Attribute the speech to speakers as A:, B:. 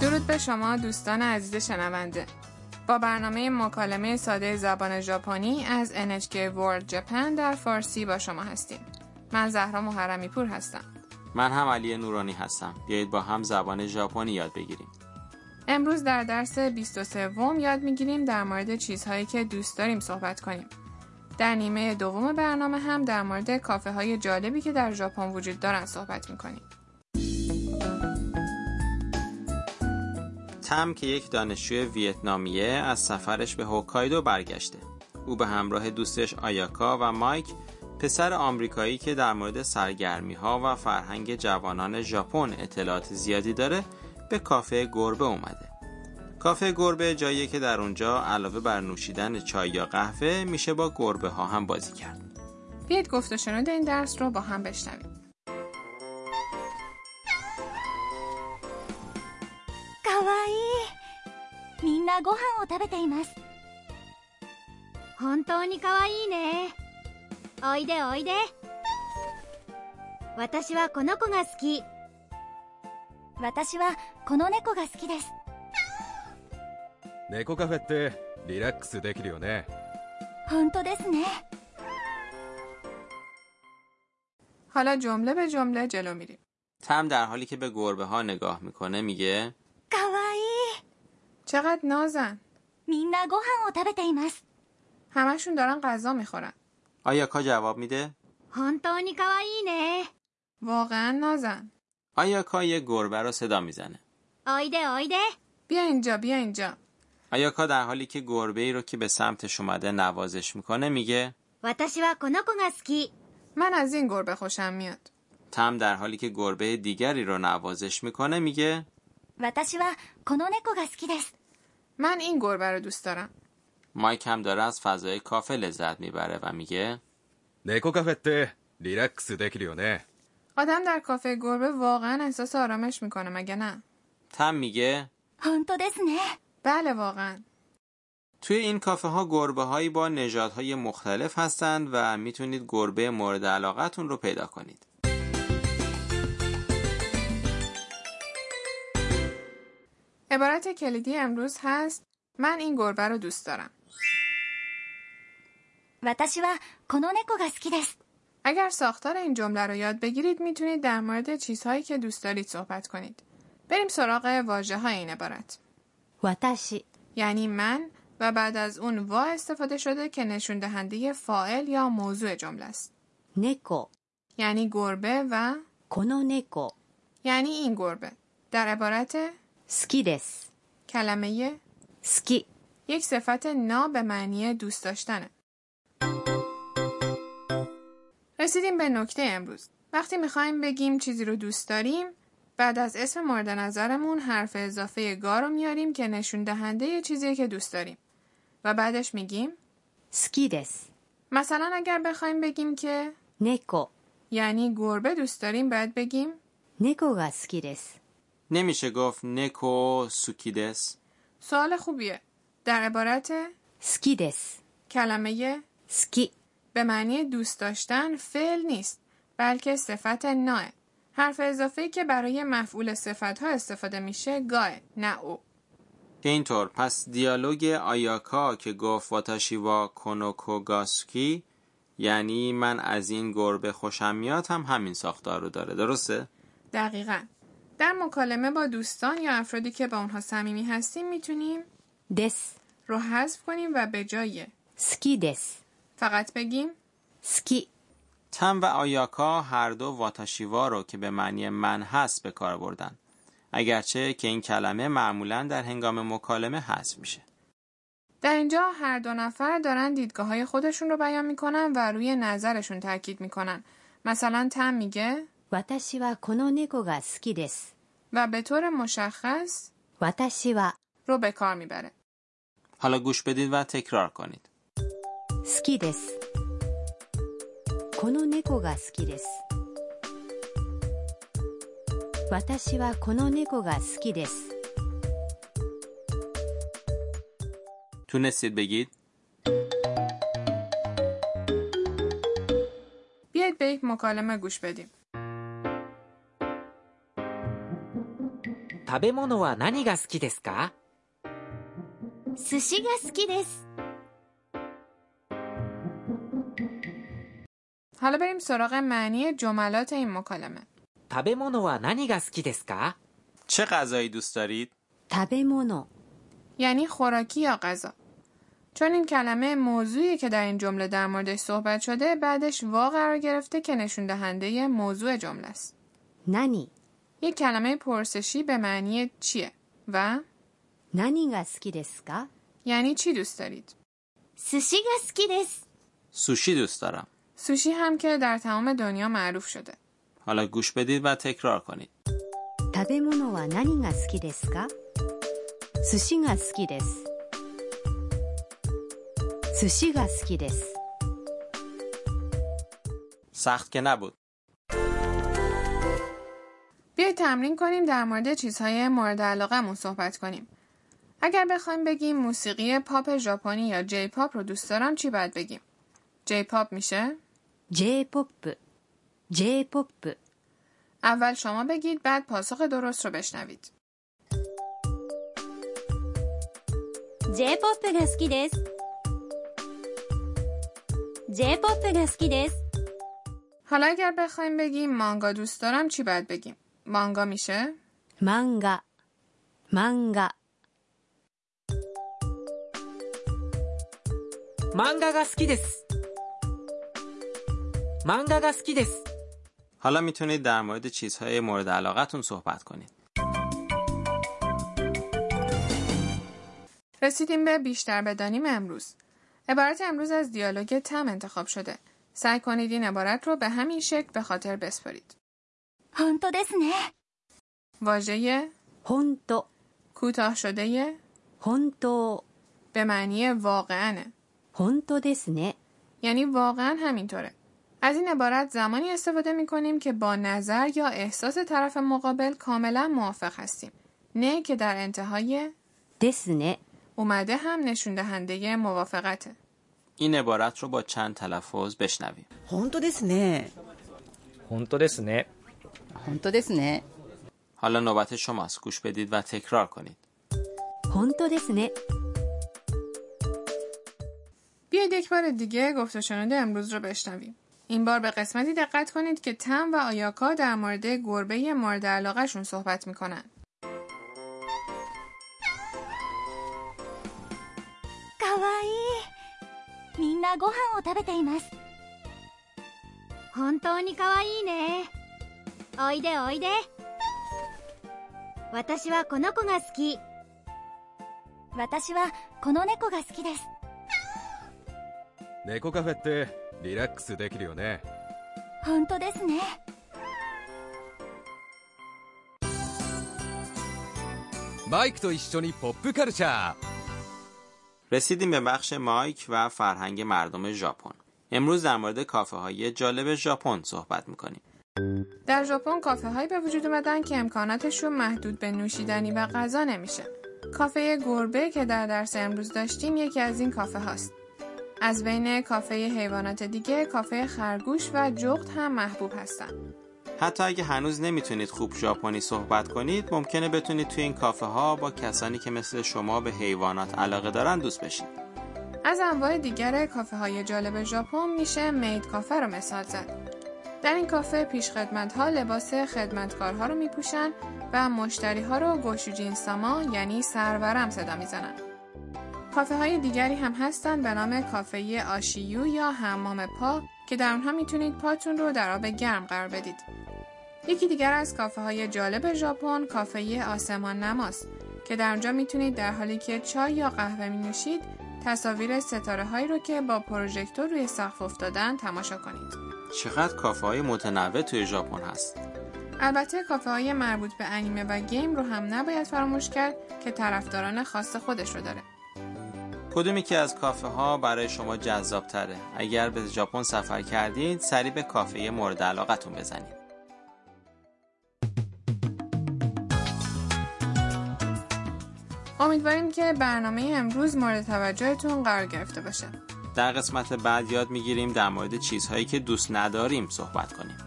A: درود به شما دوستان عزیز شنونده با برنامه مکالمه ساده زبان ژاپنی از NHK World Japan در فارسی با شما هستیم من زهرا محرمی پور هستم
B: من هم علی نورانی هستم بیایید با هم زبان ژاپنی یاد بگیریم
A: امروز در درس 23 وم یاد میگیریم در مورد چیزهایی که دوست داریم صحبت کنیم در نیمه دوم برنامه هم در مورد کافه های جالبی که در ژاپن وجود دارن صحبت میکنیم
B: تم که یک دانشجوی ویتنامیه از سفرش به هوکایدو برگشته او به همراه دوستش آیاکا و مایک پسر آمریکایی که در مورد سرگرمی ها و فرهنگ جوانان ژاپن اطلاعات زیادی داره به کافه گربه اومده کافه گربه جاییه که در اونجا علاوه بر نوشیدن چای یا قهوه میشه با گربه ها هم بازی کرد
A: بیاید گفت و شنود این درس رو با هم بشنویم
C: かわいいみんなご飯を食べています本当にかわいいねおいでおいで私はこの子が好き私はこの猫が好きです
D: 猫カフェってリラックスできるよね
C: 本当ですね
A: حالا جمله به جمله جلو میریم
B: تم در حالی که به گربه ها نگاه میکنه میگه
C: かわい
A: چقدر نازن
C: いみんなご飯を食べています
A: همشون دارن غذا میخورن
B: آیاکا جواب میده
C: 本当にかわいいね
A: واقعا نازن
B: آیاکا یه گربه رو صدا میزنه
C: おいでおいで
A: بیا اینجا بیا اینجا
B: آیاکا در حالی که گربه ای رو که به سمتش اومده نوازش میکنه میگه
C: 私はこの子が好き
A: من از این گربه خوشم میاد
B: تم در حالی که گربه دیگری رو نوازش میکنه میگه
C: 私はこの猫が好きです
A: من این گربه رو دوست دارم
B: مایک هم داره از فضای کافه لذت میبره و میگه
D: 猫カフェってリラックスできるよね
A: آدم در کافه گربه واقعا احساس آرامش میکنه مگه نه
B: تم میگه
C: 本当ですね
A: بله واقعا
B: توی این کافه ها گربه هایی با نژادهای مختلف هستند و میتونید گربه مورد علاقتون رو پیدا کنید.
A: عبارت کلیدی امروز هست من این گربه رو دوست دارم
C: 私はこの猫が好きです
A: اگر ساختار این جمله رو یاد بگیرید میتونید در مورد چیزهایی که دوست دارید صحبت کنید بریم سراغ واژه های این عبارت
C: 私
A: یعنی من و بعد از اون وا استفاده شده که نشون دهنده فاعل یا موضوع جمله است
C: 猫
A: یعنی گربه و
C: この猫好
A: یعنی این گربه در عبارت
C: きです
A: کلمه
C: 好き
A: یک صفت نا به معنی دوست داشتنه. رسیدیم به نکته امروز. وقتی میخوایم بگیم چیزی رو دوست داریم، بعد از اسم مورد نظرمون حرف اضافه گا رو میاریم که نشون دهنده یه چیزی که دوست داریم و بعدش میگیم
C: 好きです
A: مثلا اگر بخوایم بگیم که
C: 猫
A: یعنی گربه دوست داریم باید بگیم
C: 猫が好きです
B: نمیشه گفت نکو سوکیدس
A: سوال خوبیه. در عبارت
C: 好きです
A: کلمه
C: 好き
A: به معنی دوست داشتن فعل نیست بلکه صفت ناه حرف اضافه‌ای که برای مفعول صفتها استفاده میشه گاه نه او
B: که اینطور پس دیالوگ آیاکا که گفت واتاشی وا کنوکو گاسوکی یعنی من از این گربه خوشم میاد هم همین ساختار رو داره درسته؟
A: دقیقا در مکالمه با دوستان یا افرادی که با اونها صمیمی هستیم میتونیم
C: です。
A: رو حذف کنیم و به جای
C: 好きです。
A: فقط بگیم
C: 好き。
B: تم و آیاکا هر دو واتاشیوا رو که به معنی من هست به کار بردن اگرچه که این کلمه معمولا در هنگام مکالمه حذف میشه
A: در اینجا هر دو نفر دارن دیدگاه های خودشون رو بیان میکنن و روی نظرشون تاکید میکنن مثلا تم میگه
C: 私はこの猫が好きです。
A: و به طور مشخص
C: 私は
A: رو به کار میبره
B: حالا گوش بدید و تکرار کنید
C: 好きです。この猫が好きです。私はこの猫が好きです。
B: تونستید بگید
A: بیاید به یک مکالمه گوش بدیم.
E: 食べ物は何が好きですか
C: 寿司が好きです。
A: حالا بریم سراغ معنی جملات این مکالمه
E: 食べ物は何が好きですか
B: چه غذایی دوست دارید؟
F: 食べ物
A: یعنی خوراکی یا غذا چون این کلمه موضوعی که در این جمله در موردش صحبت شده بعدش وا قرار گرفته که نشون دهنده موضوع جمله است
F: 何
A: یک کلمه پرسشی به معنی چیه و
F: 何が好きですか
A: یعنی چی دوست دارید
C: 寿司が好きです。
B: سوشی دوست دارم.
A: سوشی هم که در تمام دنیا معروف شده
B: حالا گوش بدید و تکرار کنید.
F: 食べ物は何が好きですか寿司が好きです寿司が好きです
B: سخت که نبود.
A: بیایید تمرین کنیم در مورد چیزهای مورد علاقمون صحبت کنیم اگر بخوایم بگیم موسیقی پاپ ژاپنی یا جی پاپ رو دوست دارم چی باید بگیم جی پاپ میشه
F: j p o p j p o p
A: اول شما بگید بعد پاسخ درست رو بشنوید
C: J-POP が好きです。J-POP が好きです。
A: حالا اگر بخوایم بگیم مانگا دوست دارم چی باید بگیم؟ مانگا میشه؟
F: 漫画漫画
E: 漫画が好きです漫画が好きです
B: حالا میتونید در مورد چیزهای مورد علاقتون صحبت کنید.
A: رسیدیم به بیشتر بدانیم امروز. عبارت امروز از دیالوگ تم انتخاب شده. سعی کنید این عبارت رو به همین شکل به خاطر بسپارید.
C: 本当ですね。
A: واژه
F: 本当
A: کوتاه شده
F: 本当
A: به معنی واقعا
F: 本当ですね
A: یعنی واقعا همینطوره. از این عبارت زمانی استفاده می کنیم که با نظر یا احساس طرف مقابل کاملا موافق هستیم. نه که در انتهای
F: ですね
A: اومده هم نشون دهنده موافقته.
B: این عبارت رو با چند تلفظ بشنویم.
G: 本当ですね
H: 本当ですね
G: 本当ですね
B: حالا نوبت شماست. گوش بدید و تکرار کنید.
F: 本当ですね
A: بیایید یک بار دیگه گفت و شنود امروز رو بشنویم. این بار به قسمتی دقت کنید که تم و آیاکا در مورد گربه مورد علاقهشون صحبت میکنن.
C: かわいいみんなご飯を食べています本当にかわいいねおいでおいで私はこの子が好き私はこの猫が好きです
D: 猫カフェってリラックスできるよね
C: 本当ですね
D: マイクと一緒にポップカルチャー
B: رسیدیم به بخش مایک و فرهنگ مردم ژاپن. امروز در مورد کافه های جالب ژاپن صحبت میکنیم.
A: در ژاپن کافه هایی به وجود اومدن که امکاناتشون محدود به نوشیدنی و غذا نمیشه. کافه گربه که در درس امروز داشتیم یکی از این کافه هاست. از بین کافه حیوانات دیگه کافه خرگوش و جغد هم محبوب هستن.
B: حتی اگه هنوز نمیتونید خوب ژاپنی صحبت کنید ممکنه بتونید توی این کافه ها با کسانی که مثل شما به حیوانات علاقه دارن دوست بشید
A: از انواع دیگر کافه های جالب ژاپن میشه مید کافه رو مثال زد. در این کافه پیش خدمت ها لباس خدمتکارها رو میپوشن و مشتری ها رو گوشوجین ساما یعنی سرورم صدا میزنن. کافه های دیگری هم هستن به نام کافه آشیو یا حمام پا که در اونها میتونید پاتون رو در آب گرم قرار بدید. یکی دیگر از کافه های جالب ژاپن کافه آسمان نماست که در اونجا میتونید در حالی که چای یا قهوه می نوشید تصاویر ستاره هایی رو که با پروژکتور روی سقف افتادن تماشا کنید.
B: چقدر کافه های متنوع توی ژاپن هست
A: البته کافه های مربوط به انیمه و گیم رو هم نباید فراموش کرد که طرفداران خاص خودش رو داره.
B: کدومی که از کافه ها برای شما جذاب تره اگر به ژاپن سفر کردید سری به کافه مورد علاقتون بزنید
A: امیدواریم که برنامه امروز مورد توجهتون قرار گرفته باشه.
B: در قسمت بعد یاد میگیریم در مورد چیزهایی که دوست نداریم صحبت کنیم